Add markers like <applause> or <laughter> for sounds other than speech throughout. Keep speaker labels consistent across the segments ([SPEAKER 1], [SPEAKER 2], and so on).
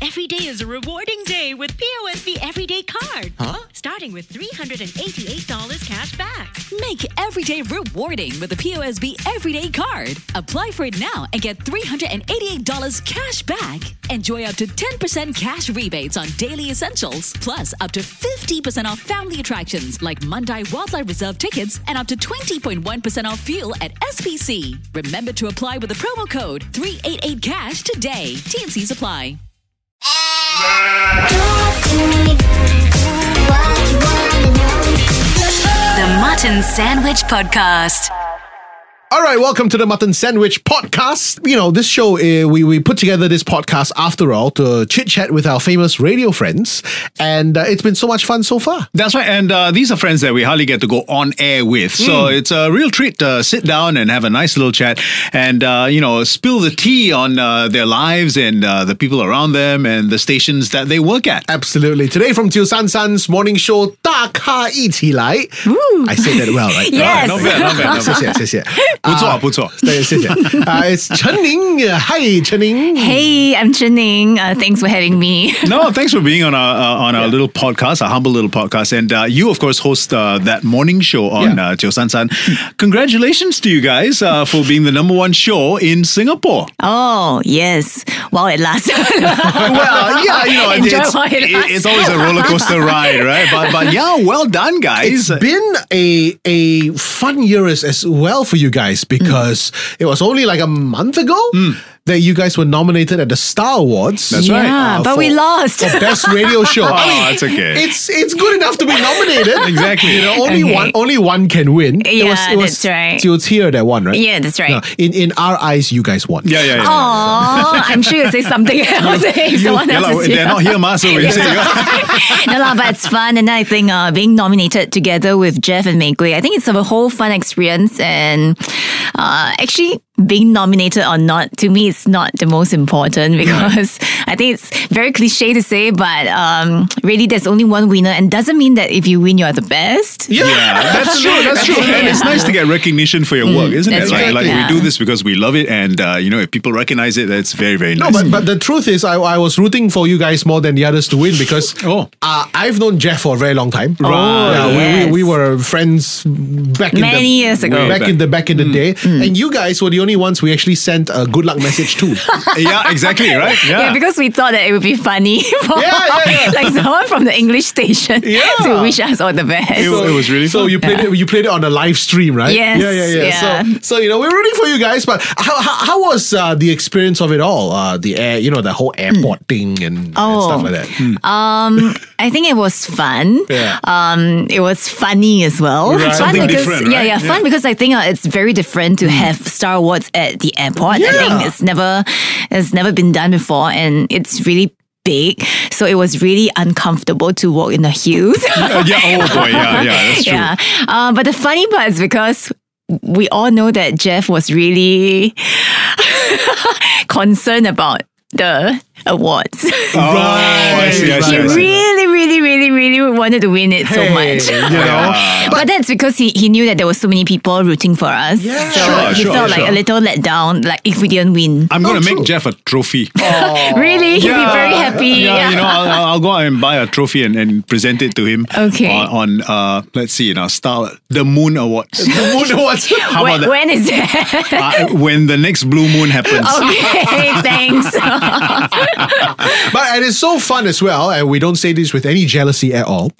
[SPEAKER 1] Every day is a rewarding day with POSB Everyday Card.
[SPEAKER 2] Huh?
[SPEAKER 1] Starting with $388 cash back.
[SPEAKER 3] Make every day rewarding with the POSB Everyday Card. Apply for it now and get $388 cash back. Enjoy up to 10% cash rebates on daily essentials, plus up to 50% off family attractions like Mundai Wildlife Reserve tickets and up to 20.1% off fuel at SPC. Remember to apply with the promo code 388CASH today. TNCs apply.
[SPEAKER 4] The Mutton Sandwich Podcast.
[SPEAKER 5] All right, welcome to the Mutton Sandwich Podcast. You know, this show, uh, we, we put together this podcast after all to chit chat with our famous radio friends, and uh, it's been so much fun so far.
[SPEAKER 2] That's right. And uh, these are friends that we hardly get to go on air with. So it's a real treat to sit down and have a nice little chat and, uh, you know, spill the tea on uh, their lives and uh, the people around them and the stations that they work at.
[SPEAKER 5] Absolutely. Today from Teo San San's morning show, 大咖一起来. I said that well, right?
[SPEAKER 4] <laughs> Yes.
[SPEAKER 2] Not bad, not bad,
[SPEAKER 5] <laughs>
[SPEAKER 2] not
[SPEAKER 5] 谢
[SPEAKER 2] bad.
[SPEAKER 5] 谢，谢谢。
[SPEAKER 2] 不错，不错。
[SPEAKER 5] 对，谢谢。Uh, it's Chen Ning. Uh, Hi, Chen Ning.
[SPEAKER 4] Hey, I'm Chening. Uh, thanks for having me. <laughs>
[SPEAKER 2] No, thanks for being on our uh, on our little podcast, our humble little podcast, and uh, you of course host uh, that morning show on
[SPEAKER 5] Yeah.
[SPEAKER 2] uh, Teo San San. Congratulations to you guys uh, for being the number one show in Singapore.
[SPEAKER 4] Oh, yes. While it <laughs> lasts. Ah, <laughs>
[SPEAKER 2] well, yeah, you know,
[SPEAKER 4] Enjoy
[SPEAKER 2] it's,
[SPEAKER 4] while it
[SPEAKER 2] it-
[SPEAKER 4] lasts.
[SPEAKER 2] it's always a roller coaster ride, right? But
[SPEAKER 4] <laughs>
[SPEAKER 2] but yeah, well done, guys.
[SPEAKER 5] It's been a a fun year as, as well for you guys
[SPEAKER 2] Hmm.
[SPEAKER 5] because it was only like a month ago that you guys were nominated at the Star Awards.
[SPEAKER 2] That's right.
[SPEAKER 4] Yeah,
[SPEAKER 5] Uh,
[SPEAKER 4] but we
[SPEAKER 5] for-
[SPEAKER 4] lost.
[SPEAKER 5] for best radio show.
[SPEAKER 2] Oh,
[SPEAKER 5] I mean,
[SPEAKER 2] that's okay.
[SPEAKER 5] It's it's good enough to be nominated.
[SPEAKER 2] <laughs> Exactly.
[SPEAKER 5] You know, only
[SPEAKER 4] Okay.
[SPEAKER 5] one only one can win.
[SPEAKER 4] Yeah, that's right.
[SPEAKER 5] It was here that won, right?
[SPEAKER 4] Yeah, that's right.
[SPEAKER 5] No, in in our eyes, you guys won.
[SPEAKER 2] yeah, yeah, yeah.
[SPEAKER 4] Oh, I'm sure you'll say
[SPEAKER 2] <laughs>
[SPEAKER 4] something else <laughs> if someone
[SPEAKER 2] Yeah,
[SPEAKER 4] else
[SPEAKER 2] like,
[SPEAKER 4] is here.
[SPEAKER 2] they're not here, ma. So
[SPEAKER 4] <laughs>
[SPEAKER 2] we say,
[SPEAKER 4] no, lah, but it's fun. And I think uh, being nominated together with Jeff and Megui, I think it's a whole fun experience. And uh, actually, being nominated or not, to me, it's not the most important <laughs> because I think it's very cliche to say, but um, really, there's only one winner. And doesn't mean that if you win, you are the best.
[SPEAKER 2] yeah, that's true, that's true. And it's nice to get recognition for your work, isn't it?
[SPEAKER 4] Mm. that's
[SPEAKER 2] Like,
[SPEAKER 4] right,
[SPEAKER 2] like
[SPEAKER 4] yeah.
[SPEAKER 2] we do this because we love it, and uh, you know, if people recognize it, that's very, very
[SPEAKER 5] No,
[SPEAKER 2] nice.
[SPEAKER 5] but, but the truth is, I, I was rooting for you guys more than the others to win because
[SPEAKER 2] <laughs> Oh.
[SPEAKER 5] uh, I've known Jeff for a very long time. Oh,
[SPEAKER 4] yes.
[SPEAKER 5] we, we, were friends back in the,
[SPEAKER 4] Many years ago. Mm.
[SPEAKER 2] Way
[SPEAKER 5] Back,
[SPEAKER 2] back.
[SPEAKER 5] in the back in the
[SPEAKER 2] Mm.
[SPEAKER 5] day, and you guys were the only ones we actually sent a good luck message
[SPEAKER 4] <laughs>
[SPEAKER 5] to.
[SPEAKER 2] <laughs> yeah, exactly, right?
[SPEAKER 4] Yeah. because we thought that it would be funny <laughs> for
[SPEAKER 5] Yeah, yeah, yeah.
[SPEAKER 4] <laughs> like someone from the English station to wish us all the best.
[SPEAKER 2] It wa- it was really
[SPEAKER 5] so
[SPEAKER 2] fun.
[SPEAKER 5] you played it you played it on a live stream right
[SPEAKER 4] Yes,
[SPEAKER 5] yeah yeah yeah,
[SPEAKER 4] yeah.
[SPEAKER 5] So, so you know we're rooting for you guys but how, how, how was uh, the experience of it all uh, the air you know the whole airport thing and, and
[SPEAKER 4] Oh.
[SPEAKER 5] stuff like that
[SPEAKER 2] Hmm.
[SPEAKER 4] Um, I think it was fun.
[SPEAKER 5] Yeah.
[SPEAKER 4] Um, it was funny as well.
[SPEAKER 2] Right.
[SPEAKER 4] Fun
[SPEAKER 2] Something
[SPEAKER 4] because
[SPEAKER 2] different,
[SPEAKER 4] yeah,
[SPEAKER 2] right? Hmm.
[SPEAKER 4] yeah, fun because I think uh, it's very different to have Star Awards at the airport. I
[SPEAKER 5] Yeah.
[SPEAKER 4] think it's never it's never been done before, and it's really big. So it was really uncomfortable to walk in the heels.
[SPEAKER 2] Uh, <laughs> yeah, oh boy, yeah, yeah, that's
[SPEAKER 4] <laughs>
[SPEAKER 2] true.
[SPEAKER 4] yeah. Um, but the funny part is because we all know that Jeff was really <laughs> concerned about the awards.
[SPEAKER 2] Oh, I see, I
[SPEAKER 4] <laughs>
[SPEAKER 2] see,
[SPEAKER 4] He
[SPEAKER 2] I see.
[SPEAKER 4] really, really, really, really wanted to win it so much. <laughs>
[SPEAKER 5] Hey, you know
[SPEAKER 4] But, that's because he, he knew that there were so many people rooting for us.
[SPEAKER 5] Yeah.
[SPEAKER 4] So
[SPEAKER 2] Sure,
[SPEAKER 4] he
[SPEAKER 2] sure,
[SPEAKER 4] felt like
[SPEAKER 2] sure.
[SPEAKER 4] a little let down, like if we didn't win.
[SPEAKER 2] I'm going to make
[SPEAKER 5] Oh, true.
[SPEAKER 2] Jeff a trophy.
[SPEAKER 4] Oh, really? He'll be very happy.
[SPEAKER 2] Oh. Yeah, you know, I'll, I'll- I'll go out and buy a trophy and, and present it to him.
[SPEAKER 4] Okay.
[SPEAKER 2] On, on uh, let's see, you know, Star the Moon Awards.
[SPEAKER 5] the moon was
[SPEAKER 4] <laughs>
[SPEAKER 2] How
[SPEAKER 4] When-
[SPEAKER 2] about that?
[SPEAKER 4] when is that?
[SPEAKER 2] <laughs> Uh, when the next blue moon happens.
[SPEAKER 4] Oh. okay, thanks.
[SPEAKER 5] but it is so fun as well and we don't say this with any jealousy at all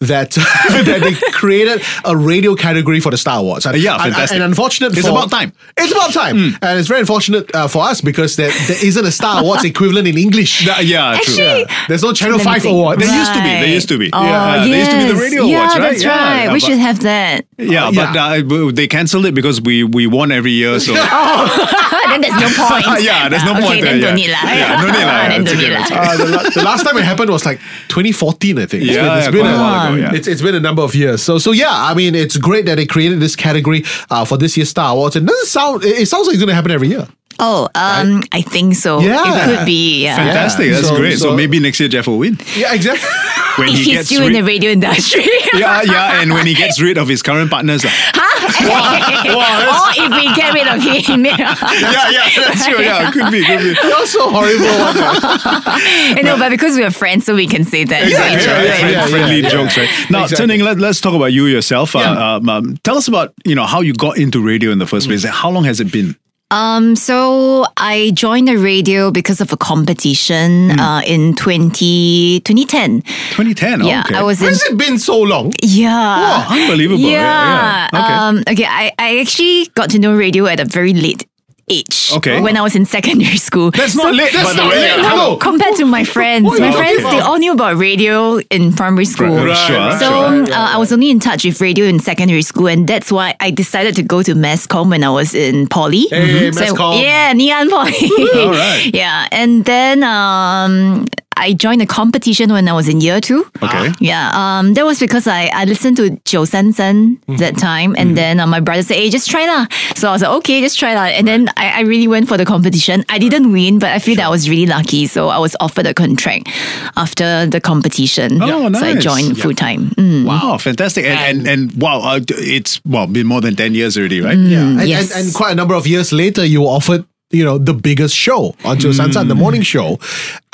[SPEAKER 5] that <laughs> that they created a radio category for the Star Wars and,
[SPEAKER 2] Yeah,
[SPEAKER 5] and-
[SPEAKER 2] fantastic.
[SPEAKER 5] and, unfortunate
[SPEAKER 2] It's
[SPEAKER 5] for-
[SPEAKER 2] about time. Hmm.
[SPEAKER 5] it's about time and it's very unfortunate uh, for us because there, there isn't a Star
[SPEAKER 2] <laughs>
[SPEAKER 5] Wars equivalent in English
[SPEAKER 2] Uh, yeah, true.
[SPEAKER 4] Actually,
[SPEAKER 5] there's no Channel
[SPEAKER 4] Let me
[SPEAKER 5] 5
[SPEAKER 4] think.
[SPEAKER 5] award
[SPEAKER 2] There used to be. There
[SPEAKER 4] Right.
[SPEAKER 2] used to be.
[SPEAKER 4] Oh,
[SPEAKER 2] Yeah, there used to be the radio
[SPEAKER 4] yes.
[SPEAKER 2] awards,
[SPEAKER 4] yeah,
[SPEAKER 2] right?
[SPEAKER 4] That's
[SPEAKER 2] Yeah,
[SPEAKER 4] right.
[SPEAKER 2] yeah,
[SPEAKER 4] we
[SPEAKER 2] but-
[SPEAKER 4] should have
[SPEAKER 2] <laughs>
[SPEAKER 4] that. <laughs>
[SPEAKER 2] Yeah, but uh, but they cancelled it because we we won every year.
[SPEAKER 4] <laughs>
[SPEAKER 2] So
[SPEAKER 4] then there's no point.
[SPEAKER 2] <laughs> yeah, there's no
[SPEAKER 4] okay,
[SPEAKER 2] point.
[SPEAKER 4] Then
[SPEAKER 2] there,
[SPEAKER 4] don't
[SPEAKER 2] yeah.
[SPEAKER 4] need lah.
[SPEAKER 2] Yeah, no need
[SPEAKER 4] <laughs>
[SPEAKER 2] lah.
[SPEAKER 4] Then
[SPEAKER 2] It's
[SPEAKER 4] don't
[SPEAKER 2] okay,
[SPEAKER 4] need
[SPEAKER 2] it's
[SPEAKER 4] lah.
[SPEAKER 5] <laughs>
[SPEAKER 2] okay.
[SPEAKER 5] Uh, the, la- the last time it happened was like 2014, I think. It's been,
[SPEAKER 2] Yeah,
[SPEAKER 5] it's
[SPEAKER 2] yeah,
[SPEAKER 5] been
[SPEAKER 2] quite a while ago, yeah.
[SPEAKER 5] It's, it's been a number of years. So so yeah, I mean, it's great that they created this category uh, for this year's Star Awards. It doesn't sound. It, it sounds like it's going to happen every year.
[SPEAKER 4] Oh, um, I think so.
[SPEAKER 5] Yeah.
[SPEAKER 4] It could be. uh, Yeah.
[SPEAKER 2] Fantastic. That's
[SPEAKER 5] So-
[SPEAKER 2] great. So,
[SPEAKER 5] so-
[SPEAKER 2] maybe next year Jeff will win.
[SPEAKER 5] Yeah, exactly.
[SPEAKER 2] when
[SPEAKER 4] if
[SPEAKER 2] he
[SPEAKER 4] he's
[SPEAKER 2] gets
[SPEAKER 4] still in
[SPEAKER 2] rid-
[SPEAKER 4] the radio industry.
[SPEAKER 2] <laughs>
[SPEAKER 4] <laughs>
[SPEAKER 2] yeah, yeah, and when he gets rid of his current partners, uh, like,
[SPEAKER 4] Huh? or if we get rid of him,
[SPEAKER 2] yeah, yeah, that's true. Yeah, could be, could be.
[SPEAKER 5] <laughs> You're so horrible.
[SPEAKER 4] you know, but because we are friends, so we can say that. to
[SPEAKER 2] Exactly.
[SPEAKER 4] each
[SPEAKER 5] yeah,
[SPEAKER 2] right?
[SPEAKER 5] yeah,
[SPEAKER 2] Friend-
[SPEAKER 5] yeah,
[SPEAKER 2] friendly
[SPEAKER 5] yeah.
[SPEAKER 2] jokes, right? Now,
[SPEAKER 5] Exactly.
[SPEAKER 2] turning, let, let's talk about you yourself. Uh,
[SPEAKER 5] Yeah.
[SPEAKER 2] um, um, tell us about you know how you got into radio in the first place. How long has it been?
[SPEAKER 4] Um, so I joined the radio because of a competition uh, in 20, 2010.
[SPEAKER 2] 2010.
[SPEAKER 4] yeah,
[SPEAKER 2] oh, okay.
[SPEAKER 4] I was in.
[SPEAKER 5] Has it been so long?
[SPEAKER 4] Yeah.
[SPEAKER 2] Wow, unbelievable. Yeah,
[SPEAKER 4] Yeah.
[SPEAKER 2] yeah. Okay.
[SPEAKER 4] Um, okay. I, I actually got to know radio at a very late age.
[SPEAKER 2] Okay.
[SPEAKER 4] When I was in secondary <laughs> school.
[SPEAKER 2] That's not late,
[SPEAKER 5] that's
[SPEAKER 2] by the
[SPEAKER 5] not
[SPEAKER 2] way.
[SPEAKER 5] late.
[SPEAKER 2] Yeah.
[SPEAKER 5] Hello.
[SPEAKER 4] No, compared to my friends.
[SPEAKER 5] What are
[SPEAKER 4] My
[SPEAKER 5] you
[SPEAKER 4] friends,
[SPEAKER 5] talking
[SPEAKER 4] they
[SPEAKER 5] about?
[SPEAKER 4] all knew about radio in primary school.
[SPEAKER 2] Right, right, sure,
[SPEAKER 4] So
[SPEAKER 2] sure.
[SPEAKER 4] uh, I was only in touch with radio in secondary school, and that's why I decided to go to mass comm when I was in poly. Mm-hmm.
[SPEAKER 5] Hey, mass
[SPEAKER 4] So-
[SPEAKER 5] comm.
[SPEAKER 4] Yeah, Ngee-Ann Poly.
[SPEAKER 2] All right.
[SPEAKER 4] <laughs> Yeah, and then um, I joined a competition when I was in year two.
[SPEAKER 2] Okay.
[SPEAKER 4] Yeah, um, that was because I, I listened to Joe San San
[SPEAKER 2] Mm-hmm.
[SPEAKER 4] that time, and then uh, my brother said, "Hey, just try lah." So I was like, "Okay, just try lah." And then I, I really went for the competition. I didn't win, but I feel that I was really lucky. So I was offered a contract after the competition.
[SPEAKER 2] Oh,
[SPEAKER 4] So I
[SPEAKER 2] nice.
[SPEAKER 4] joined
[SPEAKER 2] Yeah.
[SPEAKER 4] full time. Mm.
[SPEAKER 2] Wow, fantastic. And and, and wow, uh, d- it's well been more than 10 years already, right?
[SPEAKER 4] Mm.
[SPEAKER 5] And, and-
[SPEAKER 4] yes.
[SPEAKER 5] and, quite a number of years later, you were offered, you know, the biggest show on Joe Sansan, the morning show.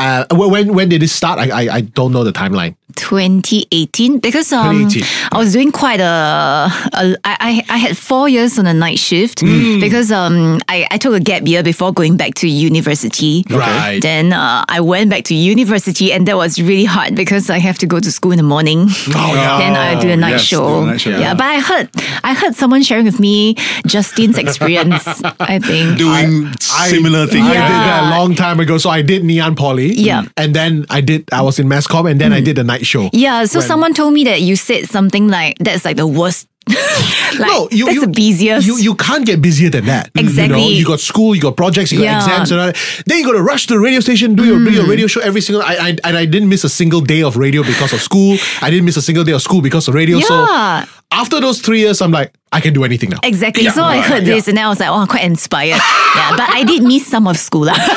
[SPEAKER 5] Uh, when- when when did it start? I I, I don't know the timeline.
[SPEAKER 4] 2018 because um
[SPEAKER 5] 2018.
[SPEAKER 4] I was doing quite a, a I, I I had four years on a night shift
[SPEAKER 2] Mm.
[SPEAKER 4] because um I, I took a gap year before going back to university
[SPEAKER 5] Right.
[SPEAKER 4] then uh, I went back to university and that was really hard because I have to go to school in the morning
[SPEAKER 2] Oh, yeah.
[SPEAKER 4] then I do a night
[SPEAKER 2] Yes,
[SPEAKER 4] show
[SPEAKER 2] do a night show,
[SPEAKER 4] yeah.
[SPEAKER 2] yeah.
[SPEAKER 4] but I heard I heard someone sharing with me Justine's experience I think
[SPEAKER 2] Doing similar things.
[SPEAKER 5] I
[SPEAKER 2] like
[SPEAKER 5] did
[SPEAKER 2] that.
[SPEAKER 5] that a long time ago. So I did Neon Poly.
[SPEAKER 4] Yeah.
[SPEAKER 5] And then I did, I was in Mass Comm and then I did the night show.
[SPEAKER 4] yeah so someone told me that you said something like that's like the worst <laughs> like that's the busiest
[SPEAKER 5] You, you can't get busier than that.
[SPEAKER 4] Exactly.
[SPEAKER 5] You, know, you got school, you got projects, you got
[SPEAKER 4] Yeah. Mm.
[SPEAKER 5] exams, and all that. Then you got to rush to the radio station, do your do your radio show every single. I, I and I didn't miss a single day of radio because of school. I didn't miss a single day of school because of radio.
[SPEAKER 4] Yeah.
[SPEAKER 5] So after those three years, I'm like, I can do anything now.
[SPEAKER 4] Exactly.
[SPEAKER 5] Yeah,
[SPEAKER 4] so I
[SPEAKER 5] right,
[SPEAKER 4] heard
[SPEAKER 5] yeah.
[SPEAKER 4] this and then I was like, oh, I'm quite
[SPEAKER 2] <laughs>
[SPEAKER 4] inspired. yeah, but I did miss some of school. lah. <laughs>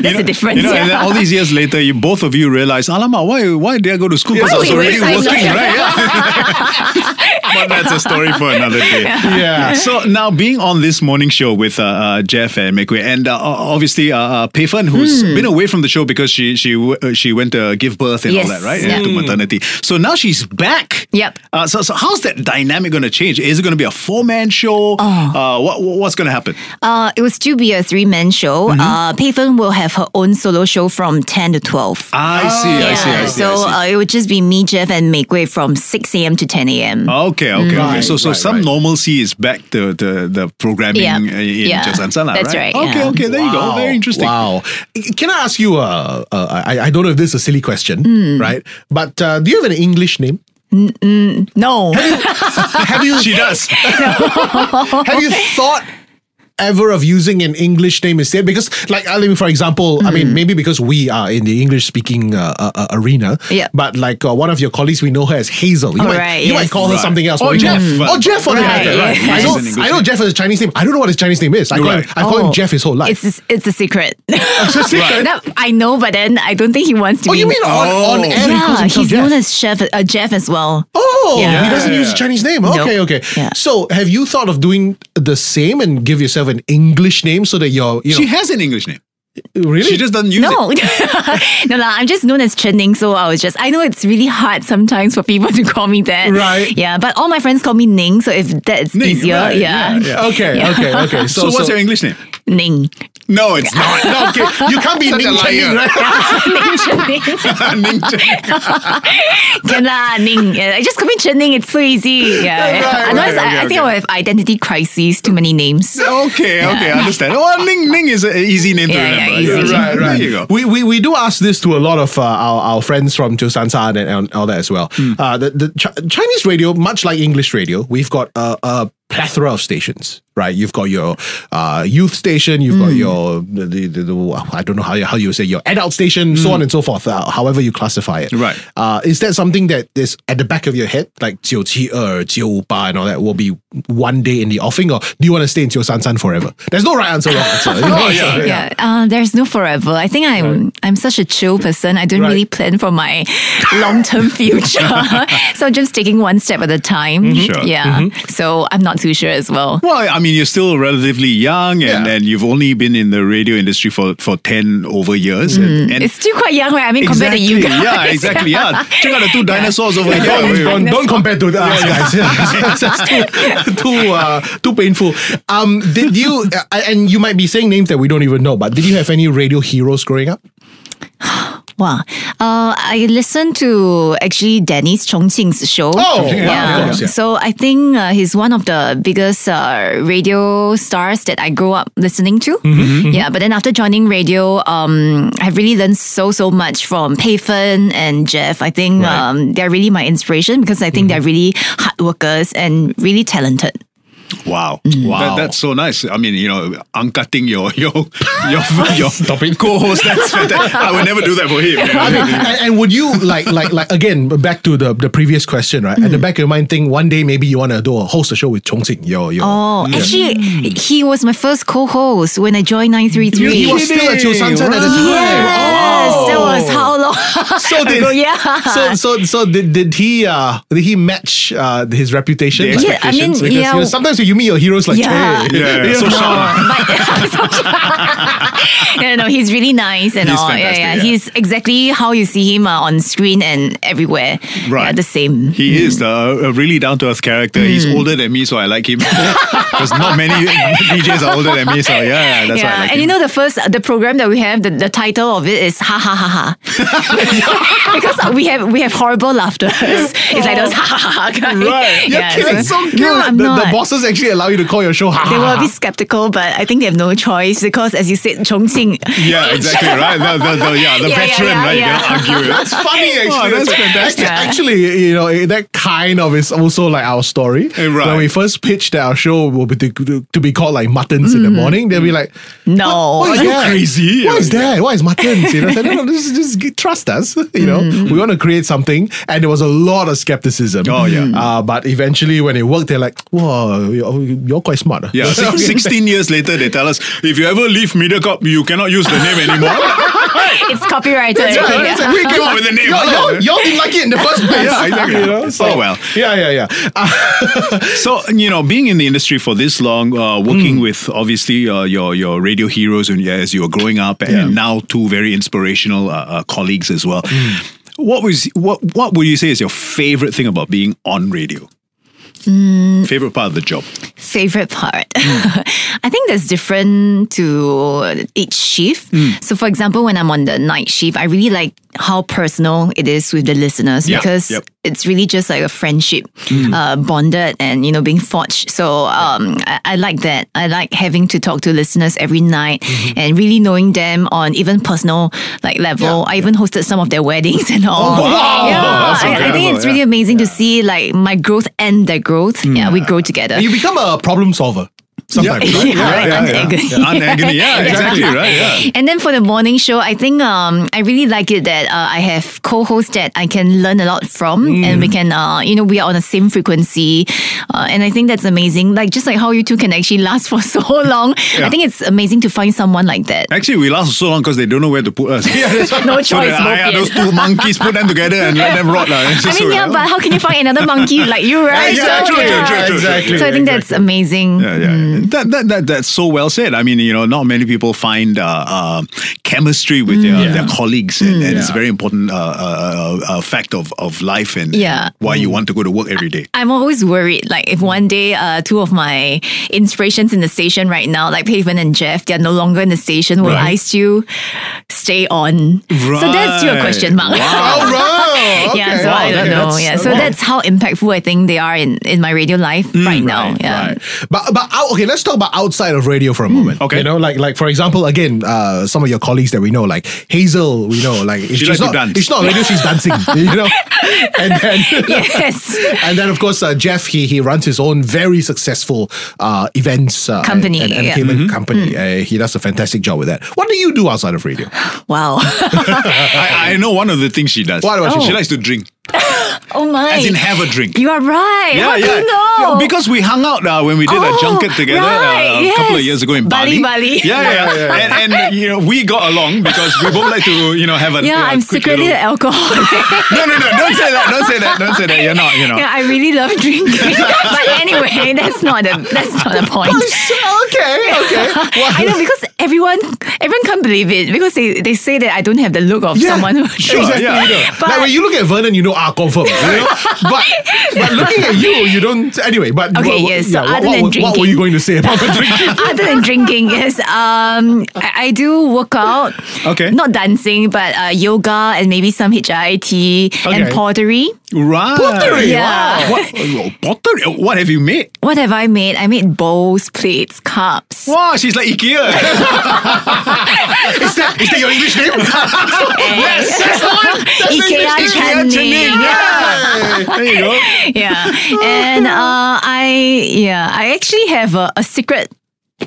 [SPEAKER 4] That's the difference.
[SPEAKER 2] You know, and then
[SPEAKER 4] yeah.
[SPEAKER 2] all these years later, you both of you realize, Alama, why why did I go to school? Because I
[SPEAKER 4] Why
[SPEAKER 2] was
[SPEAKER 4] we
[SPEAKER 2] already
[SPEAKER 4] waste time
[SPEAKER 2] working,
[SPEAKER 4] <laughs> here?
[SPEAKER 2] right? Yeah. <laughs> but that's a story for another day.
[SPEAKER 5] Yeah.
[SPEAKER 2] So now being on this morning show with uh, uh, Jeff and Mekwe, and uh, o- obviously uh, uh, Payfan, who's
[SPEAKER 4] Hmm.
[SPEAKER 2] been away from the show because she she w- uh, she went to give birth and
[SPEAKER 4] Yes,
[SPEAKER 2] all that, right?
[SPEAKER 4] yeah. Hmm.
[SPEAKER 2] And to maternity. So now she's back.
[SPEAKER 4] Yep.
[SPEAKER 2] Uh, so, so how's that dynamic going to change? Is it going to be a four man
[SPEAKER 4] Oh.
[SPEAKER 2] show? Uh, what what's going to happen?
[SPEAKER 4] Uh, it will still be a three man show.
[SPEAKER 2] Mm-hmm.
[SPEAKER 4] Uh, Payphone will have her own solo show from 10 to 12.
[SPEAKER 2] Ah, I see, I see, I see.
[SPEAKER 4] Oh, so
[SPEAKER 2] I see.
[SPEAKER 4] Uh, it would just be me, Jeff, and Mei Gui from 6 a.m. to 10 a.m.
[SPEAKER 2] Ah, Okay, okay, okay.
[SPEAKER 5] Right,
[SPEAKER 2] So, so
[SPEAKER 5] right,
[SPEAKER 2] some
[SPEAKER 5] right.
[SPEAKER 2] normalcy is back to the the programming uh,
[SPEAKER 4] Yeah,
[SPEAKER 2] in
[SPEAKER 4] yeah.
[SPEAKER 2] yeah. Jasansala,
[SPEAKER 4] That's right,
[SPEAKER 2] Okay,
[SPEAKER 4] yeah.
[SPEAKER 2] okay. There you go.
[SPEAKER 5] Wow,
[SPEAKER 2] Very interesting.
[SPEAKER 5] Wow. Can I ask you? Uh, uh, I I don't know if this is a silly question,
[SPEAKER 4] Mm.
[SPEAKER 5] right? But uh, do you have an English name?
[SPEAKER 4] No.
[SPEAKER 5] Have
[SPEAKER 4] <laughs>
[SPEAKER 5] you?
[SPEAKER 2] <laughs> She does.
[SPEAKER 5] Have you thought ever of using an English name instead? Because, like, I mean, for example, I
[SPEAKER 4] Hmm.
[SPEAKER 5] mean, maybe because we are in the English speaking uh, uh, uh, arena,
[SPEAKER 4] Yeah.
[SPEAKER 5] but like uh, one of your colleagues, we know her as Hazel. You,
[SPEAKER 4] Oh,
[SPEAKER 5] might,
[SPEAKER 4] right,
[SPEAKER 5] you
[SPEAKER 4] yes.
[SPEAKER 5] might call her
[SPEAKER 2] Right.
[SPEAKER 5] something else.
[SPEAKER 2] Or
[SPEAKER 5] but-
[SPEAKER 2] Jeff.
[SPEAKER 5] Or Jeff, for that
[SPEAKER 4] Right,
[SPEAKER 5] matter. Right.
[SPEAKER 4] yeah.
[SPEAKER 5] I,
[SPEAKER 2] He's
[SPEAKER 5] know,
[SPEAKER 2] an English
[SPEAKER 5] I know
[SPEAKER 2] name.
[SPEAKER 5] Jeff has a Chinese name. I don't know what his Chinese name is. I call,
[SPEAKER 2] Right.
[SPEAKER 5] him, I call him
[SPEAKER 4] Oh.
[SPEAKER 5] Jeff his whole life.
[SPEAKER 4] It's, it's a secret.
[SPEAKER 5] <laughs> It's a secret.
[SPEAKER 4] No, I know, but then I don't think he wants to
[SPEAKER 5] Oh,
[SPEAKER 4] be.
[SPEAKER 5] you mean on, on
[SPEAKER 2] Oh.
[SPEAKER 5] air? he calls
[SPEAKER 4] yeah,
[SPEAKER 5] himself
[SPEAKER 4] he's
[SPEAKER 5] Jeff.
[SPEAKER 4] known as Chef, uh, Jeff as well.
[SPEAKER 5] Oh,
[SPEAKER 4] Yeah.
[SPEAKER 5] he doesn't use a Chinese name. Okay, okay.
[SPEAKER 4] Yeah.
[SPEAKER 5] So, have you thought of doing the same and give yourself an English name so that you're, you know,
[SPEAKER 2] She has an English name.
[SPEAKER 5] really?
[SPEAKER 2] She just doesn't use it.
[SPEAKER 4] No, <laughs> no, lah. I'm just known as Chen Ning, so I was just. I know it's really hard sometimes for people to call me that.
[SPEAKER 5] Right.
[SPEAKER 4] Yeah, but all my friends call me Ning, so if that's
[SPEAKER 2] Ning,
[SPEAKER 4] easier,
[SPEAKER 2] right,
[SPEAKER 4] yeah.
[SPEAKER 2] <laughs> yeah, yeah.
[SPEAKER 5] Okay, okay,
[SPEAKER 2] <laughs>
[SPEAKER 5] okay.
[SPEAKER 2] So, what's your English name?
[SPEAKER 4] Ning. <laughs>
[SPEAKER 2] No, it's not.
[SPEAKER 5] No, okay. You can't be
[SPEAKER 2] <laughs> Such a
[SPEAKER 5] Ning
[SPEAKER 2] liar.
[SPEAKER 5] Chen, right?
[SPEAKER 4] Ning Chen Ning.
[SPEAKER 2] <laughs> Ning Chen.
[SPEAKER 4] Can lah, Ning. Yeah, I just call me Chen Ning. It's so easy. Yeah. yeah.
[SPEAKER 5] right,
[SPEAKER 4] Otherwise,
[SPEAKER 2] right,
[SPEAKER 4] I,
[SPEAKER 2] okay,
[SPEAKER 4] I think
[SPEAKER 2] okay.
[SPEAKER 4] I will have identity crises. Too many names.
[SPEAKER 2] Okay, okay, I understand. Well, Ning Ning is an easy name to
[SPEAKER 4] Yeah, yeah,
[SPEAKER 2] remember.
[SPEAKER 4] easy.
[SPEAKER 2] Right, right. <laughs> There you go.
[SPEAKER 5] We, we we do ask this to a lot of uh, our, our friends from Josansan
[SPEAKER 2] Hmm.
[SPEAKER 5] and, and all that as well. Uh, the the Ch- Chinese radio, much like English radio, we've got a, a plethora of stations, right? You've got your uh, youth station, you've
[SPEAKER 2] Hmm.
[SPEAKER 5] got your the, the, the, the- I don't know how you, how you say your adult station, so on and so forth. Uh, however you classify it,
[SPEAKER 2] Hmm. Right.
[SPEAKER 5] Uh, is that something that is at the back of your head, like 972, 958 and all that will be one day in the offing, or do you want to stay in Tio San San forever? There's no right answer, wrong
[SPEAKER 2] <laughs>
[SPEAKER 5] answer. You
[SPEAKER 2] Oh,
[SPEAKER 5] know, it's, <laughs> uh,
[SPEAKER 4] Yeah, uh, there's no forever. I think I'm I'm such a chill person. I don't
[SPEAKER 5] Right.
[SPEAKER 4] really plan for my long term future. so just taking one step at a time.
[SPEAKER 2] Sure.
[SPEAKER 4] Yeah. So I'm not too sure as well.
[SPEAKER 2] Well, I mean, you're still relatively young, and,
[SPEAKER 5] Yeah.
[SPEAKER 2] and you've only been in the radio industry for, for ten over years. And, and
[SPEAKER 4] Mm. It's still quite young, right? I mean, compared to you
[SPEAKER 2] Exactly,
[SPEAKER 4] guys. <laughs>
[SPEAKER 2] Yeah, exactly. Yeah, check out the two dinosaurs over here.
[SPEAKER 5] don't,
[SPEAKER 2] Wait, wait.
[SPEAKER 5] don't, don't compare to us, guys. <laughs> That's- that's too too, uh, too painful. Um, did you? Uh, and you might be saying names that we don't even know. But did you have any radio heroes growing up?
[SPEAKER 4] Wow. Uh, I listened to actually Dennis Chongqing's show.
[SPEAKER 5] Oh, Chongqing, yeah, of course, yeah.
[SPEAKER 4] So I think uh, he's one of the biggest uh, radio stars that I grew up listening to.
[SPEAKER 5] Mm-hmm,
[SPEAKER 4] Yeah, but then after joining radio, um, I've really learned so, so much from Payfen and Jeff. I think um, they're really my inspiration because I
[SPEAKER 5] Mm-hmm.
[SPEAKER 4] think they're really hard workers and really talented.
[SPEAKER 2] Wow,
[SPEAKER 5] Mm. Wow.
[SPEAKER 2] That, that's so nice. I mean, you know, uncutting your your your,
[SPEAKER 5] <laughs>
[SPEAKER 2] your Stop it. co-host. That's fantastic. I would never do that for him. you know.
[SPEAKER 5] I mean, and, and would you like like like again back to the the previous question, right? At the back of your mind, think one day maybe you want to do a host a show with Chongqing. Your your.
[SPEAKER 4] Oh, actually, he was my first co host when I joined 933.
[SPEAKER 5] He was still at Tio San San at the time.
[SPEAKER 4] Yes,
[SPEAKER 5] Oh.
[SPEAKER 4] that was how long <laughs>
[SPEAKER 5] So did
[SPEAKER 4] ago, yeah.
[SPEAKER 5] So so so did, did he uh did he match uh his reputation?
[SPEAKER 2] The
[SPEAKER 5] like,
[SPEAKER 4] Yeah, I mean,
[SPEAKER 5] expectations? because
[SPEAKER 4] yeah.
[SPEAKER 5] you know, sometimes when you meet your heroes like
[SPEAKER 4] Yeah.
[SPEAKER 5] hey,
[SPEAKER 2] Yeah, yeah,
[SPEAKER 5] you
[SPEAKER 2] so
[SPEAKER 5] know, <laughs>
[SPEAKER 4] <laughs>
[SPEAKER 2] Sean.
[SPEAKER 4] but no, no, he's really nice and
[SPEAKER 2] He's
[SPEAKER 4] all. Yeah,
[SPEAKER 2] fantastic,
[SPEAKER 4] yeah,
[SPEAKER 2] yeah.
[SPEAKER 4] He's exactly how you see him uh, on screen and everywhere.
[SPEAKER 2] Right.
[SPEAKER 4] Yeah, the same.
[SPEAKER 2] He is the, a really down to earth character. He's
[SPEAKER 4] Mm.
[SPEAKER 2] older than me, so I like him. <laughs> Because not many DJs are older than me, so yeah, yeah that's why I
[SPEAKER 4] yeah, and
[SPEAKER 2] like him.
[SPEAKER 4] you know the first the program that we have the, the title of it is ha ha ha
[SPEAKER 5] <laughs>
[SPEAKER 4] ha <laughs> because we have we have horrible laughter. <laughs> It's like those ha ha ha ha kind.
[SPEAKER 5] Oh. Right.
[SPEAKER 4] <laughs>
[SPEAKER 5] You're
[SPEAKER 4] Yeah,
[SPEAKER 5] kidding. so cute.
[SPEAKER 4] No, I'm
[SPEAKER 5] the,
[SPEAKER 4] not.
[SPEAKER 5] the bosses actually allow you to call your show. Ha,
[SPEAKER 4] They
[SPEAKER 5] ha,
[SPEAKER 4] were a
[SPEAKER 5] ha.
[SPEAKER 4] <laughs> bit skeptical, but I think they have no choice because, as you said, Chongqing.
[SPEAKER 2] yeah, exactly, right? The, the, the, yeah,
[SPEAKER 4] Yeah,
[SPEAKER 2] the
[SPEAKER 4] yeah,
[SPEAKER 2] veteran,
[SPEAKER 4] yeah,
[SPEAKER 2] right?
[SPEAKER 4] yeah.
[SPEAKER 2] You cannot argue with.
[SPEAKER 5] That's funny, actually.
[SPEAKER 2] that's
[SPEAKER 5] <laughs> fantastic.
[SPEAKER 4] Yeah.
[SPEAKER 5] Actually, you know, eh, that kind of is also like our story.
[SPEAKER 2] Eh, right.
[SPEAKER 5] When we first pitched that our show will be to, to, to be called like Muttons in the
[SPEAKER 4] Mm-hmm.
[SPEAKER 5] morning, they'll be like,
[SPEAKER 4] No.
[SPEAKER 5] What, what is
[SPEAKER 2] Are you
[SPEAKER 5] that?
[SPEAKER 2] crazy?"
[SPEAKER 5] What is that? What is Muttons? You know, I said, no, no, just, just g- trust us. <laughs> You know,
[SPEAKER 4] Mm-hmm.
[SPEAKER 5] we want to create something. And there was a lot of skepticism.
[SPEAKER 2] Oh, yeah.
[SPEAKER 5] Uh, but eventually, when it worked, they're like, whoa, you're, you're quite smart. huh?" <laughs>
[SPEAKER 2] Yeah,
[SPEAKER 4] <laughs>
[SPEAKER 2] six- 16 years later, they tell us if you ever leave MediaCorp, you cannot use the name anymore.
[SPEAKER 4] <laughs> It's copyrighted.
[SPEAKER 5] That's right.
[SPEAKER 4] Yeah.
[SPEAKER 5] That's right. We
[SPEAKER 2] Come up with a name. Oh.
[SPEAKER 5] Y'all, y'all, y'all didn't like it in the first place.
[SPEAKER 2] <laughs> Yeah, exactly.
[SPEAKER 5] You know, so-
[SPEAKER 2] Oh, well.
[SPEAKER 5] Yeah, yeah, yeah.
[SPEAKER 2] So you know, being in the industry for this long, uh, working with obviously uh, your your radio heroes, and as you were growing up, and now two very inspirational uh, uh, colleagues as well. What was what what would you say is your favorite thing about being on radio?
[SPEAKER 4] Mm.
[SPEAKER 2] Favorite part of the job?
[SPEAKER 4] favorite part.
[SPEAKER 2] Mm.
[SPEAKER 4] <laughs> I think that's different to each shift.
[SPEAKER 2] Mm.
[SPEAKER 4] So, for example, when I'm on the night shift, I really like how personal it is with the listeners
[SPEAKER 2] Yeah,
[SPEAKER 4] because
[SPEAKER 2] yep. Mm.
[SPEAKER 4] it's really just like a friendship uh, bonded and you know being forged. So um, I, I like that. I like having to talk to listeners every night
[SPEAKER 2] Mm-hmm.
[SPEAKER 4] and really knowing them on even personal like level. I even hosted some of their weddings <laughs> and all.
[SPEAKER 5] wow.
[SPEAKER 4] Yeah,
[SPEAKER 2] Oh, That's
[SPEAKER 4] I, I think
[SPEAKER 2] incredible,
[SPEAKER 4] it's really
[SPEAKER 2] yeah. Mm.
[SPEAKER 4] amazing to see like my growth and their growth. Yeah, we grow together.
[SPEAKER 5] You become a problem solver sometimes,
[SPEAKER 4] Yeah.
[SPEAKER 5] right?
[SPEAKER 4] Yeah. Right,
[SPEAKER 2] yeah,
[SPEAKER 4] on
[SPEAKER 2] yeah.
[SPEAKER 4] agony.
[SPEAKER 2] Yeah, on agony,
[SPEAKER 4] <laughs>
[SPEAKER 2] yeah, exactly, right, yeah.
[SPEAKER 4] And then for the morning show, I think um, I really like it that uh, I have co-hosts that I can learn a lot from,
[SPEAKER 2] Mm.
[SPEAKER 4] and we can, uh, you know, we are on the same frequency, uh, and I think that's amazing. Like just like how you two can actually last <laughs> for so long, I think it's amazing to find someone like that.
[SPEAKER 2] Actually, we last so long because they don't know where to put
[SPEAKER 4] <laughs>
[SPEAKER 2] us.
[SPEAKER 4] No
[SPEAKER 2] So
[SPEAKER 4] choice,
[SPEAKER 2] that,
[SPEAKER 4] bo
[SPEAKER 2] ah, yeah,
[SPEAKER 4] pian.
[SPEAKER 2] those two monkeys put them together and let them rot. lah. It's
[SPEAKER 4] I
[SPEAKER 2] just
[SPEAKER 4] mean,
[SPEAKER 2] so-
[SPEAKER 4] yeah, but how can you find another monkey like you, right?
[SPEAKER 2] <laughs> yeah,
[SPEAKER 4] so,
[SPEAKER 2] true, true,
[SPEAKER 4] yeah.
[SPEAKER 2] true, true, true.
[SPEAKER 5] Exactly.
[SPEAKER 4] So I think that's amazing.
[SPEAKER 2] Yeah, yeah.
[SPEAKER 4] Mm.
[SPEAKER 2] That, that, that, that's so well said. I mean, you know, not many people find uh, um chemistry with their,
[SPEAKER 4] Mm.
[SPEAKER 2] their colleagues, and, and it's a
[SPEAKER 5] Yeah.
[SPEAKER 2] very important uh, uh, uh, uh, fact of, of life and
[SPEAKER 4] Yeah.
[SPEAKER 2] why you want to go to work every day.
[SPEAKER 4] I'm always worried, like if one day uh, two of my inspirations in the station right now, like Pavement and Jeff, they're no longer in the station, will I
[SPEAKER 2] Right.
[SPEAKER 4] still stay on? So that's your
[SPEAKER 2] Right.
[SPEAKER 4] question, Mark.
[SPEAKER 2] Wow.
[SPEAKER 5] All right. Oh, okay.
[SPEAKER 4] <laughs> Yeah, so
[SPEAKER 5] Wow,
[SPEAKER 4] I don't
[SPEAKER 5] okay,
[SPEAKER 4] know.
[SPEAKER 5] that's-
[SPEAKER 4] yeah, so
[SPEAKER 5] wow.
[SPEAKER 4] that's how impactful I think they are in, in my radio life right now.
[SPEAKER 2] Mm, right,
[SPEAKER 4] yeah.
[SPEAKER 5] Right. But but out, okay, let's talk about outside of radio for a moment.
[SPEAKER 2] Hmm, Okay.
[SPEAKER 5] You know, like like for example, again, uh, some of your colleagues that we know, like Hazel, we know, like if
[SPEAKER 2] She
[SPEAKER 5] she's
[SPEAKER 2] likes to
[SPEAKER 5] not,
[SPEAKER 2] dance.
[SPEAKER 5] It's not radio, she's dancing.
[SPEAKER 2] <laughs>
[SPEAKER 5] You know, and then
[SPEAKER 4] <laughs>
[SPEAKER 5] <laughs>
[SPEAKER 4] Yes.
[SPEAKER 5] and then of course uh, Jeff, he he runs his own very successful uh, events uh,
[SPEAKER 4] Company,
[SPEAKER 5] and, and
[SPEAKER 4] yeah.
[SPEAKER 5] entertainment
[SPEAKER 2] Mm-hmm.
[SPEAKER 5] company. Uh, he does a fantastic job with that. What do you do outside of radio?
[SPEAKER 2] <laughs>
[SPEAKER 4] Wow.
[SPEAKER 2] I, I know one of the things she does.
[SPEAKER 5] What about you?
[SPEAKER 2] She likes to drink.
[SPEAKER 4] oh my.
[SPEAKER 2] As in have a drink.
[SPEAKER 4] You are right. How do you know?
[SPEAKER 2] Yeah, because we hung out uh, when we did a
[SPEAKER 4] Oh,
[SPEAKER 2] junket together uh, a
[SPEAKER 4] right,
[SPEAKER 2] couple of
[SPEAKER 4] yes.
[SPEAKER 2] years ago in
[SPEAKER 4] Bali,
[SPEAKER 2] Bali.
[SPEAKER 4] Bali.
[SPEAKER 2] Yeah,
[SPEAKER 4] <laughs>
[SPEAKER 2] yeah, yeah. And, and you know we got along because we both like to you know have a
[SPEAKER 4] yeah,
[SPEAKER 2] uh,
[SPEAKER 4] I'm
[SPEAKER 2] quick
[SPEAKER 4] secretly
[SPEAKER 2] little-
[SPEAKER 4] an
[SPEAKER 2] <laughs>
[SPEAKER 4] alcoholic.
[SPEAKER 2] No, no, no! Don't say that! Don't say that! Don't say that! You're not. You know.
[SPEAKER 4] yeah, <laughs> I really love drinking. <laughs> but anyway, <laughs> that's not a that's not a
[SPEAKER 5] <laughs>
[SPEAKER 4] point.
[SPEAKER 5] okay, <laughs> okay. What-
[SPEAKER 4] I know because everyone everyone can't believe it because they, they say that I don't have the look of someone who
[SPEAKER 5] Sure,
[SPEAKER 2] Sure,
[SPEAKER 5] exactly.
[SPEAKER 2] yeah.
[SPEAKER 5] you know.
[SPEAKER 4] But-
[SPEAKER 5] like when you look at Vernon, you know, ah, confirm. You
[SPEAKER 4] <laughs>
[SPEAKER 5] know? but but looking at you, you don't. Anyway, but
[SPEAKER 4] Okay,
[SPEAKER 5] what-
[SPEAKER 4] yes, so
[SPEAKER 5] what-
[SPEAKER 4] other
[SPEAKER 5] what,
[SPEAKER 4] than
[SPEAKER 5] what, what were
[SPEAKER 4] drinking-
[SPEAKER 5] you going to say
[SPEAKER 4] <laughs>
[SPEAKER 5] about the drinking?
[SPEAKER 4] other than drinking, yes, um, I, I do work out.
[SPEAKER 2] Okay.
[SPEAKER 4] Not dancing, but uh, yoga and maybe some HIIT and
[SPEAKER 5] Okay.
[SPEAKER 4] pottery.
[SPEAKER 2] Right.
[SPEAKER 5] Pottery.
[SPEAKER 4] Yeah.
[SPEAKER 5] Wow.
[SPEAKER 2] What, oh, pottery? What have you made?
[SPEAKER 4] What have I made? I made bowls, plates, cups,
[SPEAKER 2] Wow, she's like <laughs> Ikea.
[SPEAKER 5] Is that is that your English
[SPEAKER 2] <laughs>
[SPEAKER 5] name? yes, that's the one. That's the
[SPEAKER 4] Ikea
[SPEAKER 5] English
[SPEAKER 4] Channing.
[SPEAKER 5] Yeah.
[SPEAKER 2] there you go. <laughs>
[SPEAKER 4] yeah. And uh, I yeah, I actually have a, a secret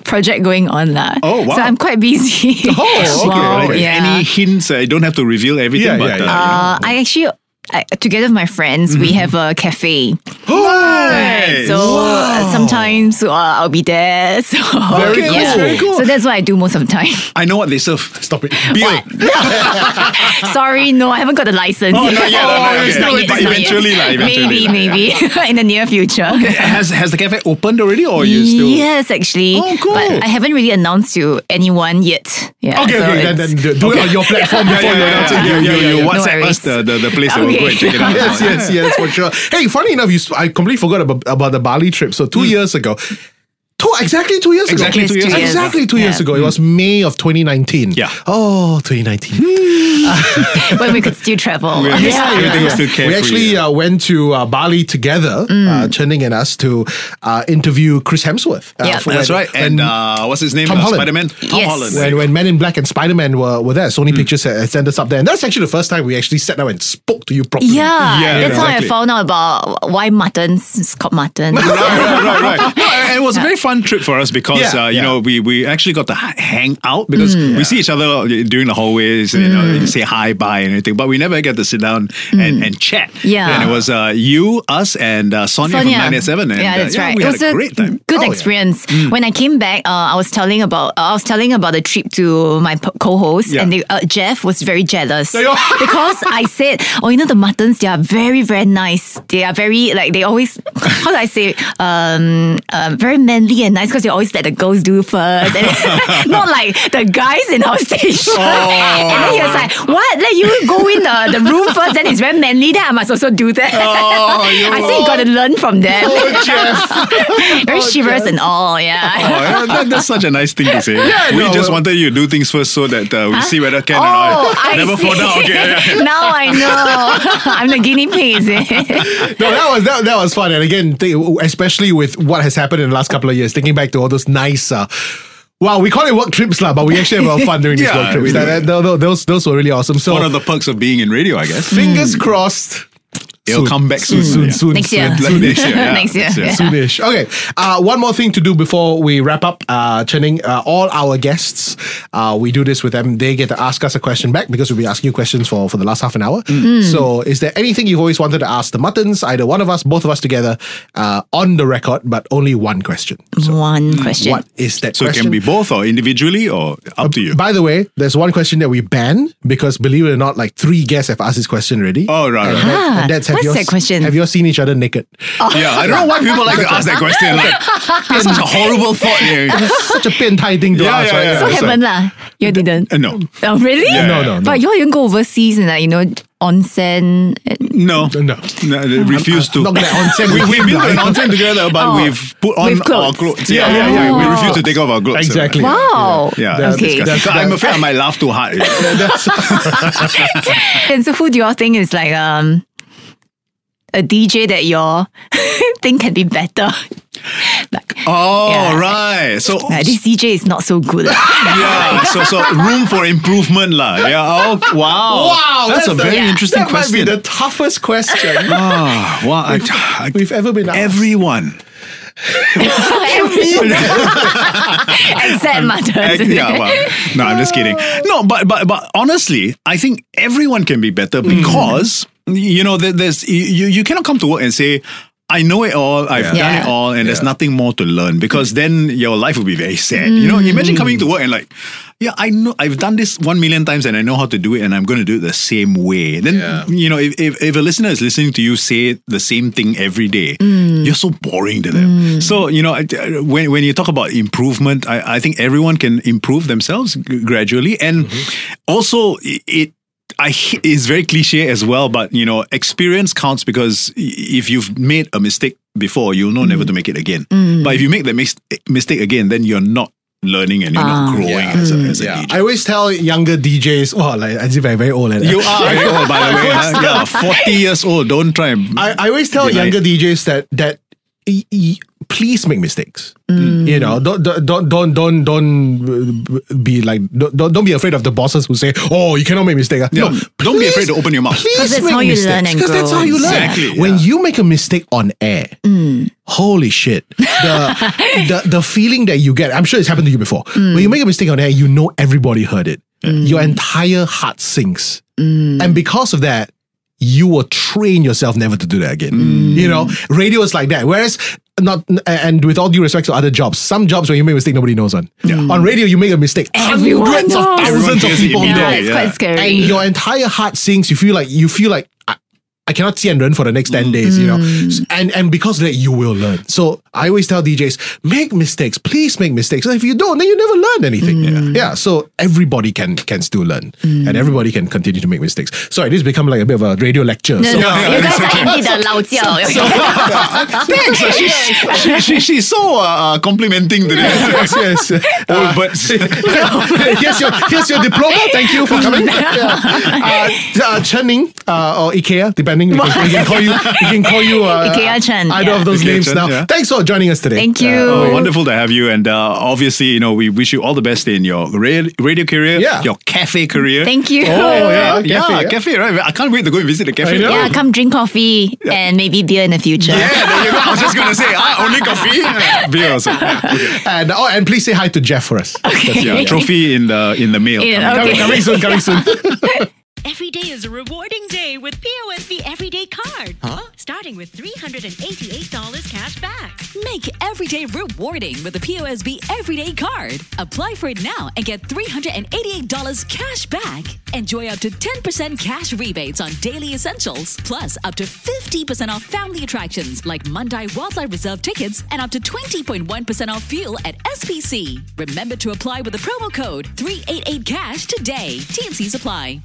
[SPEAKER 4] project going on lah.
[SPEAKER 2] Oh, wow.
[SPEAKER 4] So I'm quite
[SPEAKER 2] <laughs>
[SPEAKER 4] busy.
[SPEAKER 5] Oh, okay,
[SPEAKER 4] Wow,
[SPEAKER 5] okay.
[SPEAKER 4] Yeah.
[SPEAKER 2] Any hints? I don't have to reveal everything.
[SPEAKER 5] Yeah,
[SPEAKER 2] but,
[SPEAKER 5] yeah,
[SPEAKER 2] uh,
[SPEAKER 5] yeah.
[SPEAKER 4] uh, I actually. I, together with my friends, we
[SPEAKER 2] Mm-hmm.
[SPEAKER 4] have a cafe.
[SPEAKER 2] Right.
[SPEAKER 4] So uh, sometimes uh, I'll be there. <laughs> So,
[SPEAKER 5] Very cool, very cool.
[SPEAKER 4] So that's what I do most of the time. <laughs>
[SPEAKER 2] I know what they serve.
[SPEAKER 5] Stop it.
[SPEAKER 2] Beer.
[SPEAKER 4] Sorry, no, I haven't got the license.
[SPEAKER 2] Oh,
[SPEAKER 4] <laughs>
[SPEAKER 2] not yet, not yet,
[SPEAKER 4] It's not
[SPEAKER 2] okay.
[SPEAKER 4] yet,
[SPEAKER 2] But
[SPEAKER 4] it's not
[SPEAKER 2] eventually
[SPEAKER 4] yet.
[SPEAKER 2] lah, eventually
[SPEAKER 4] Maybe,
[SPEAKER 2] lah,
[SPEAKER 4] maybe <laughs> in the near future.
[SPEAKER 2] Has has the cafe opened already, or are you still?
[SPEAKER 4] Yes, actually.
[SPEAKER 2] Oh, cool.
[SPEAKER 4] But I haven't really announced to anyone yet. Yeah.
[SPEAKER 5] Okay,
[SPEAKER 4] so
[SPEAKER 5] okay, then,
[SPEAKER 4] it's-
[SPEAKER 5] then do do it on your platform
[SPEAKER 2] Yeah,
[SPEAKER 5] before
[SPEAKER 2] yeah,
[SPEAKER 5] you
[SPEAKER 2] yeah,
[SPEAKER 5] announce
[SPEAKER 2] yeah,
[SPEAKER 5] it.
[SPEAKER 2] yeah, yeah, yeah,
[SPEAKER 4] yeah.
[SPEAKER 2] WhatsApp
[SPEAKER 4] No
[SPEAKER 2] us the, the, the place that we'll go
[SPEAKER 4] Okay.
[SPEAKER 2] and check it out.
[SPEAKER 5] <laughs> yes,
[SPEAKER 2] Yeah.
[SPEAKER 5] yes, yes, for sure. Hey, funny enough, you I completely forgot about, about the Bali trip. So two years ago, two exactly two years
[SPEAKER 2] Exactly
[SPEAKER 5] ago,
[SPEAKER 2] two Yes, years two
[SPEAKER 4] Mm. years.
[SPEAKER 5] exactly two years
[SPEAKER 4] Yeah.
[SPEAKER 5] ago. It was May of 2019.
[SPEAKER 2] Yeah.
[SPEAKER 5] Oh, 2019.
[SPEAKER 4] Hmm. when we could still travel.
[SPEAKER 2] Yeah, everything was still
[SPEAKER 5] we
[SPEAKER 2] carefree.
[SPEAKER 5] actually uh, went to uh, Bali together,
[SPEAKER 4] Mm.
[SPEAKER 5] uh, Channing and us, to uh, interview Chris Hemsworth. Uh,
[SPEAKER 4] Yeah.
[SPEAKER 5] for
[SPEAKER 2] That's
[SPEAKER 5] when-
[SPEAKER 2] right. And
[SPEAKER 5] when-
[SPEAKER 2] uh, what's his name?
[SPEAKER 5] Tom
[SPEAKER 2] Uh,
[SPEAKER 5] Holland.
[SPEAKER 2] Spider-Man. Tom
[SPEAKER 4] Yes.
[SPEAKER 2] Holland.
[SPEAKER 5] when, when Men in Black and Spider Man were, were there,
[SPEAKER 2] Mm.
[SPEAKER 5] Sony Pictures had, had sent us up there. And that's actually the first time we actually sat down and spoke to you properly.
[SPEAKER 4] Yeah,
[SPEAKER 2] Yeah,
[SPEAKER 4] that's how
[SPEAKER 2] exactly.
[SPEAKER 4] I found out about why muttons is called mutton.
[SPEAKER 2] right, right, right, right. <laughs> No, and it was a very fun trip for us because
[SPEAKER 5] Yeah,
[SPEAKER 2] uh,
[SPEAKER 5] yeah.
[SPEAKER 2] you know we, we actually got to h- hang out because we see each other during the hallways, you know, you say hi, bye, and everything, but we never get to sit down and, and chat.
[SPEAKER 4] Yeah.
[SPEAKER 2] and it was uh, you, us, and uh, Sonia, from nine eight seven. And,
[SPEAKER 4] yeah,
[SPEAKER 2] uh,
[SPEAKER 4] that's right.
[SPEAKER 2] We
[SPEAKER 4] it
[SPEAKER 2] had
[SPEAKER 4] was
[SPEAKER 2] a great
[SPEAKER 4] <laughs>
[SPEAKER 2] time. Mm.
[SPEAKER 4] good
[SPEAKER 5] Oh, yeah.
[SPEAKER 4] experience. When I came back, uh, I was telling about uh, I was telling about the trip to my p- co-host,
[SPEAKER 2] Yeah.
[SPEAKER 4] and they, uh, Jeff was very jealous
[SPEAKER 5] Yeah, yeah.
[SPEAKER 4] <laughs> because I said, "Oh, you know the muttons, they are very, very nice. They are very like they always <laughs> how do I say um, uh, very manly and nice because they always let the girls do first, and <laughs> not like the guys in our <laughs> station."
[SPEAKER 2] Oh.
[SPEAKER 4] and then he was like, "What? Let you go in the, the room first? Then it's very manly. Then I must also do that."
[SPEAKER 2] Oh, you
[SPEAKER 4] I
[SPEAKER 2] <laughs>
[SPEAKER 4] think you got to learn from them. <laughs>
[SPEAKER 5] Oh, Jeff.
[SPEAKER 4] Very
[SPEAKER 5] Oh,
[SPEAKER 4] chivalrous
[SPEAKER 5] Jeff.
[SPEAKER 4] and all,
[SPEAKER 5] <laughs>
[SPEAKER 2] Oh,
[SPEAKER 4] yeah.
[SPEAKER 2] yeah, that, that's such a nice thing to say. we
[SPEAKER 5] no,
[SPEAKER 2] just
[SPEAKER 5] well-
[SPEAKER 2] wanted you to do things first so that uh, we see whether Ken and
[SPEAKER 4] Oh,
[SPEAKER 2] I
[SPEAKER 4] I
[SPEAKER 2] <laughs> never
[SPEAKER 4] see.
[SPEAKER 2] fall down. Okay, yeah, yeah.
[SPEAKER 4] <laughs> now I know. I'm the guinea pig. <laughs> is it?
[SPEAKER 5] <laughs> No, that was that, that was fun. And again, think, especially with what has happened in the last couple of years, thinking back to all those nice. Uh, Wow, we call it work trips lah, but we actually have our fun during these
[SPEAKER 2] <laughs> Yeah,
[SPEAKER 5] work trips.
[SPEAKER 2] we do.
[SPEAKER 5] That- that- tho- those, those were really awesome. So
[SPEAKER 2] One of the perks of being in radio, I guess.
[SPEAKER 5] fingers crossed.
[SPEAKER 2] It'll
[SPEAKER 5] Soon.
[SPEAKER 2] come back soon.
[SPEAKER 5] Soon,
[SPEAKER 2] yeah.
[SPEAKER 5] soon,
[SPEAKER 4] Next
[SPEAKER 5] soon.
[SPEAKER 4] year.
[SPEAKER 2] Like next
[SPEAKER 4] <laughs>
[SPEAKER 2] year. yeah,
[SPEAKER 4] Next year, yeah.
[SPEAKER 5] <laughs> Soonish. Okay. Uh, one more thing to do before we wrap up, uh, Chening. Uh, all our guests, uh, we do this with them. They get to ask us a question back because we'll be asking you questions for, for the last half an hour.
[SPEAKER 4] Mm.
[SPEAKER 5] So, is there anything you've always wanted to ask the Muttons, either one of us, both of us together, uh, on the record, but only one question?
[SPEAKER 2] mm,
[SPEAKER 4] One question.
[SPEAKER 5] What is that
[SPEAKER 2] So it
[SPEAKER 5] question?
[SPEAKER 2] can be both or individually or up to you.
[SPEAKER 5] By the way, there's one question that we ban because, believe it or not, like three guests have asked this question already.
[SPEAKER 2] Oh, right, right.
[SPEAKER 5] And that's, and that's have
[SPEAKER 4] What's
[SPEAKER 5] you all
[SPEAKER 4] that
[SPEAKER 5] s-
[SPEAKER 4] question?
[SPEAKER 5] Have you all seen each other naked?
[SPEAKER 2] Yeah, I don't know why people like to ask that question.
[SPEAKER 5] <laughs>
[SPEAKER 2] Like, that's such a horrible thought. Yeah.
[SPEAKER 5] Such a pin tie thing to
[SPEAKER 2] Yeah,
[SPEAKER 5] ask,
[SPEAKER 2] yeah,
[SPEAKER 5] right?
[SPEAKER 2] yeah.
[SPEAKER 4] So
[SPEAKER 2] Uh, Sorry.
[SPEAKER 4] haven't lah. You didn't.
[SPEAKER 2] Uh, No,
[SPEAKER 4] Oh really?
[SPEAKER 2] Yeah. No, no, no.
[SPEAKER 4] But you all didn't go overseas and like, you know onsen.
[SPEAKER 2] no,
[SPEAKER 5] No.
[SPEAKER 2] no they refuse to.
[SPEAKER 5] Not that onsen.
[SPEAKER 2] we we've been to
[SPEAKER 5] <laughs>
[SPEAKER 2] an
[SPEAKER 5] Like-
[SPEAKER 2] onsen together, but
[SPEAKER 4] Oh,
[SPEAKER 2] we've put on
[SPEAKER 4] with
[SPEAKER 2] our
[SPEAKER 4] clothes.
[SPEAKER 2] clothes. Yeah, yeah, yeah. We refuse to take off our clothes.
[SPEAKER 5] Exactly.
[SPEAKER 4] Wow.
[SPEAKER 2] Yeah,
[SPEAKER 5] That's
[SPEAKER 2] that's
[SPEAKER 4] okay.
[SPEAKER 2] disgusting. So I'm afraid I might laugh too hard. <laughs>
[SPEAKER 4] And so who do y'all think is like um a DJ that y'all <laughs> think can be better? like,
[SPEAKER 2] Oh,
[SPEAKER 4] <laughs> Yeah.
[SPEAKER 2] right. So,
[SPEAKER 4] like, this DJ is not so
[SPEAKER 2] <laughs>
[SPEAKER 4] good. <laughs> lah.
[SPEAKER 2] yeah. So, so room for improvement, lah. Yeah. Oh, wow.
[SPEAKER 5] Wow,
[SPEAKER 2] That's, a very
[SPEAKER 5] the-
[SPEAKER 2] interesting
[SPEAKER 5] that
[SPEAKER 2] question.
[SPEAKER 5] might be the toughest question
[SPEAKER 2] Ah, wow. I, I,
[SPEAKER 5] we've ever been asked. <laughs>
[SPEAKER 2] everyone.
[SPEAKER 4] Except mothers.
[SPEAKER 2] Ec-
[SPEAKER 4] <laughs>
[SPEAKER 2] yeah, well, no, I'm just kidding. No, but but but honestly, I think everyone can be better
[SPEAKER 4] Mm.
[SPEAKER 2] because you know there, there's you you cannot come to work and say. I know it all. I've
[SPEAKER 4] Yeah.
[SPEAKER 2] done it
[SPEAKER 4] Yeah.
[SPEAKER 2] all, and there's nothing more to learn because then your life will be very sad. You know, imagine coming to work and like, yeah, I know I've done this one million times, and I know how to do it, and I'm going to do it the same way. Then
[SPEAKER 5] Yeah.
[SPEAKER 2] you know, if, if if a listener is listening to you say the same thing every day, you're so boring to them. So you know, I- I- when when you talk about improvement, I, I think everyone can improve themselves g- gradually, and also i- it. I h- is very cliche as well, but you know, experience counts because i- if you've made a mistake before, you'll know never to make it again. But if you make that mis- mistake again, then you're not learning and you're not growing as a, as a
[SPEAKER 5] Yeah. Mm.
[SPEAKER 2] DJ.
[SPEAKER 5] I always tell younger DJs, well, like as if I'm very old. And
[SPEAKER 2] You
[SPEAKER 5] <laughs>
[SPEAKER 2] are very old, by the way. huh? Yeah, forty years old. Don't try. And,
[SPEAKER 5] I, I always tell
[SPEAKER 2] Deny
[SPEAKER 5] younger DJs that that y- y- please make mistakes.
[SPEAKER 2] Mm.
[SPEAKER 5] You know, don't don't don't don't don't, don't uh, be like don't, don't don't be afraid of the bosses who say, "Oh, you cannot make mistake."
[SPEAKER 2] Yeah.
[SPEAKER 5] No,
[SPEAKER 2] Don't be afraid to open your mouth.
[SPEAKER 4] 'Cause that's how you learn and
[SPEAKER 5] Because that's
[SPEAKER 4] grow Mm.
[SPEAKER 5] how you
[SPEAKER 4] and
[SPEAKER 5] learn.
[SPEAKER 2] Exactly, yeah.
[SPEAKER 5] When you make a mistake on air, holy shit,
[SPEAKER 4] <laughs>
[SPEAKER 5] the, the the feeling that you get. I'm sure it's happened to you before. When
[SPEAKER 4] Mm.
[SPEAKER 5] you make a mistake on air, you know everybody heard it. Your entire heart sinks,
[SPEAKER 4] Mm.
[SPEAKER 5] and because of that, you will train yourself never to do that again.
[SPEAKER 4] Mm.
[SPEAKER 5] You know, radio is like that. Whereas not and with all due respect to other jobs, some jobs when you make a mistake, nobody knows on. On radio, you make a mistake,
[SPEAKER 4] Everyone
[SPEAKER 5] hundreds of
[SPEAKER 4] knows.
[SPEAKER 5] thousands of
[SPEAKER 2] Everyone hears it
[SPEAKER 5] people
[SPEAKER 2] immediately.
[SPEAKER 5] know
[SPEAKER 4] yeah, it's quite
[SPEAKER 2] yeah.
[SPEAKER 4] scary.
[SPEAKER 5] and your entire heart sinks. You feel like you feel like I, I cannot see and learn for the next ten days. You know,
[SPEAKER 4] Mm.
[SPEAKER 5] S- and and because of that you will learn. So I always tell DJs make mistakes, please make mistakes. And if you don't, then you never learn anything.
[SPEAKER 4] Mm.
[SPEAKER 5] Yeah. So everybody can can still learn, and everybody can continue to make mistakes. Sorry, this become like a bit of a radio lecture.
[SPEAKER 4] no,
[SPEAKER 5] so. <laughs>
[SPEAKER 4] no,
[SPEAKER 2] Yeah,
[SPEAKER 4] you
[SPEAKER 2] it's
[SPEAKER 4] guys are empty the lao jiao.
[SPEAKER 2] <laughs> Thanks. uh, she's, she, she, she's so uh, uh, complimenting today. <laughs> uh,
[SPEAKER 5] yes, yes.
[SPEAKER 2] Old <laughs> birds.
[SPEAKER 5] <laughs> here's your here's your diploma. Thank you for
[SPEAKER 4] <laughs>
[SPEAKER 5] coming. Yeah. Uh, uh, Chen Ning uh, or Ikea, depending. We can, we can call you. We can call you uh,
[SPEAKER 4] Ikea Chen,
[SPEAKER 5] Either
[SPEAKER 4] yeah.
[SPEAKER 5] of those
[SPEAKER 2] Ikea
[SPEAKER 5] names
[SPEAKER 2] Chen,
[SPEAKER 5] now.
[SPEAKER 2] yeah.
[SPEAKER 5] Thanks for joining us today.
[SPEAKER 4] <laughs> Thank
[SPEAKER 5] Uh,
[SPEAKER 4] you.
[SPEAKER 2] Oh, wonderful to have you, and uh, obviously, you know, we wish you all the best in your ra- radio career,
[SPEAKER 5] Yeah.
[SPEAKER 2] your cafe career.
[SPEAKER 4] Thank you. <laughs>
[SPEAKER 5] Oh, yeah.
[SPEAKER 2] Uh, yeah,
[SPEAKER 5] cafe,
[SPEAKER 2] cafe,
[SPEAKER 5] yeah.
[SPEAKER 2] right? I can't wait to go and visit the
[SPEAKER 5] I
[SPEAKER 2] cafe.
[SPEAKER 5] know.
[SPEAKER 4] Yeah, come drink coffee and maybe beer in the future.
[SPEAKER 2] Yeah, there you go. I was just gonna say, ah, only <laughs> coffee, beer, also. Yeah, okay.
[SPEAKER 5] and oh, and please say hi to Jeff for us.
[SPEAKER 2] Yeah, trophy in the in the mail.
[SPEAKER 4] Yeah,
[SPEAKER 2] coming.
[SPEAKER 4] okay.
[SPEAKER 5] coming, coming soon. Coming
[SPEAKER 4] <laughs>
[SPEAKER 5] soon.
[SPEAKER 1] Every day is a rewarding day with POSB Everyday Card. Huh? Starting with $388 cash back.
[SPEAKER 3] Make every day rewarding with the POSB Everyday Card. Apply for it now and get $388 cash back. Enjoy up to 10% cash rebates on daily essentials, plus up to 50% off family attractions like Mundai Wildlife Reserve tickets and up to 20.1% off fuel at SPC. Remember to apply with the promo code 388CASH today. TNC Supply.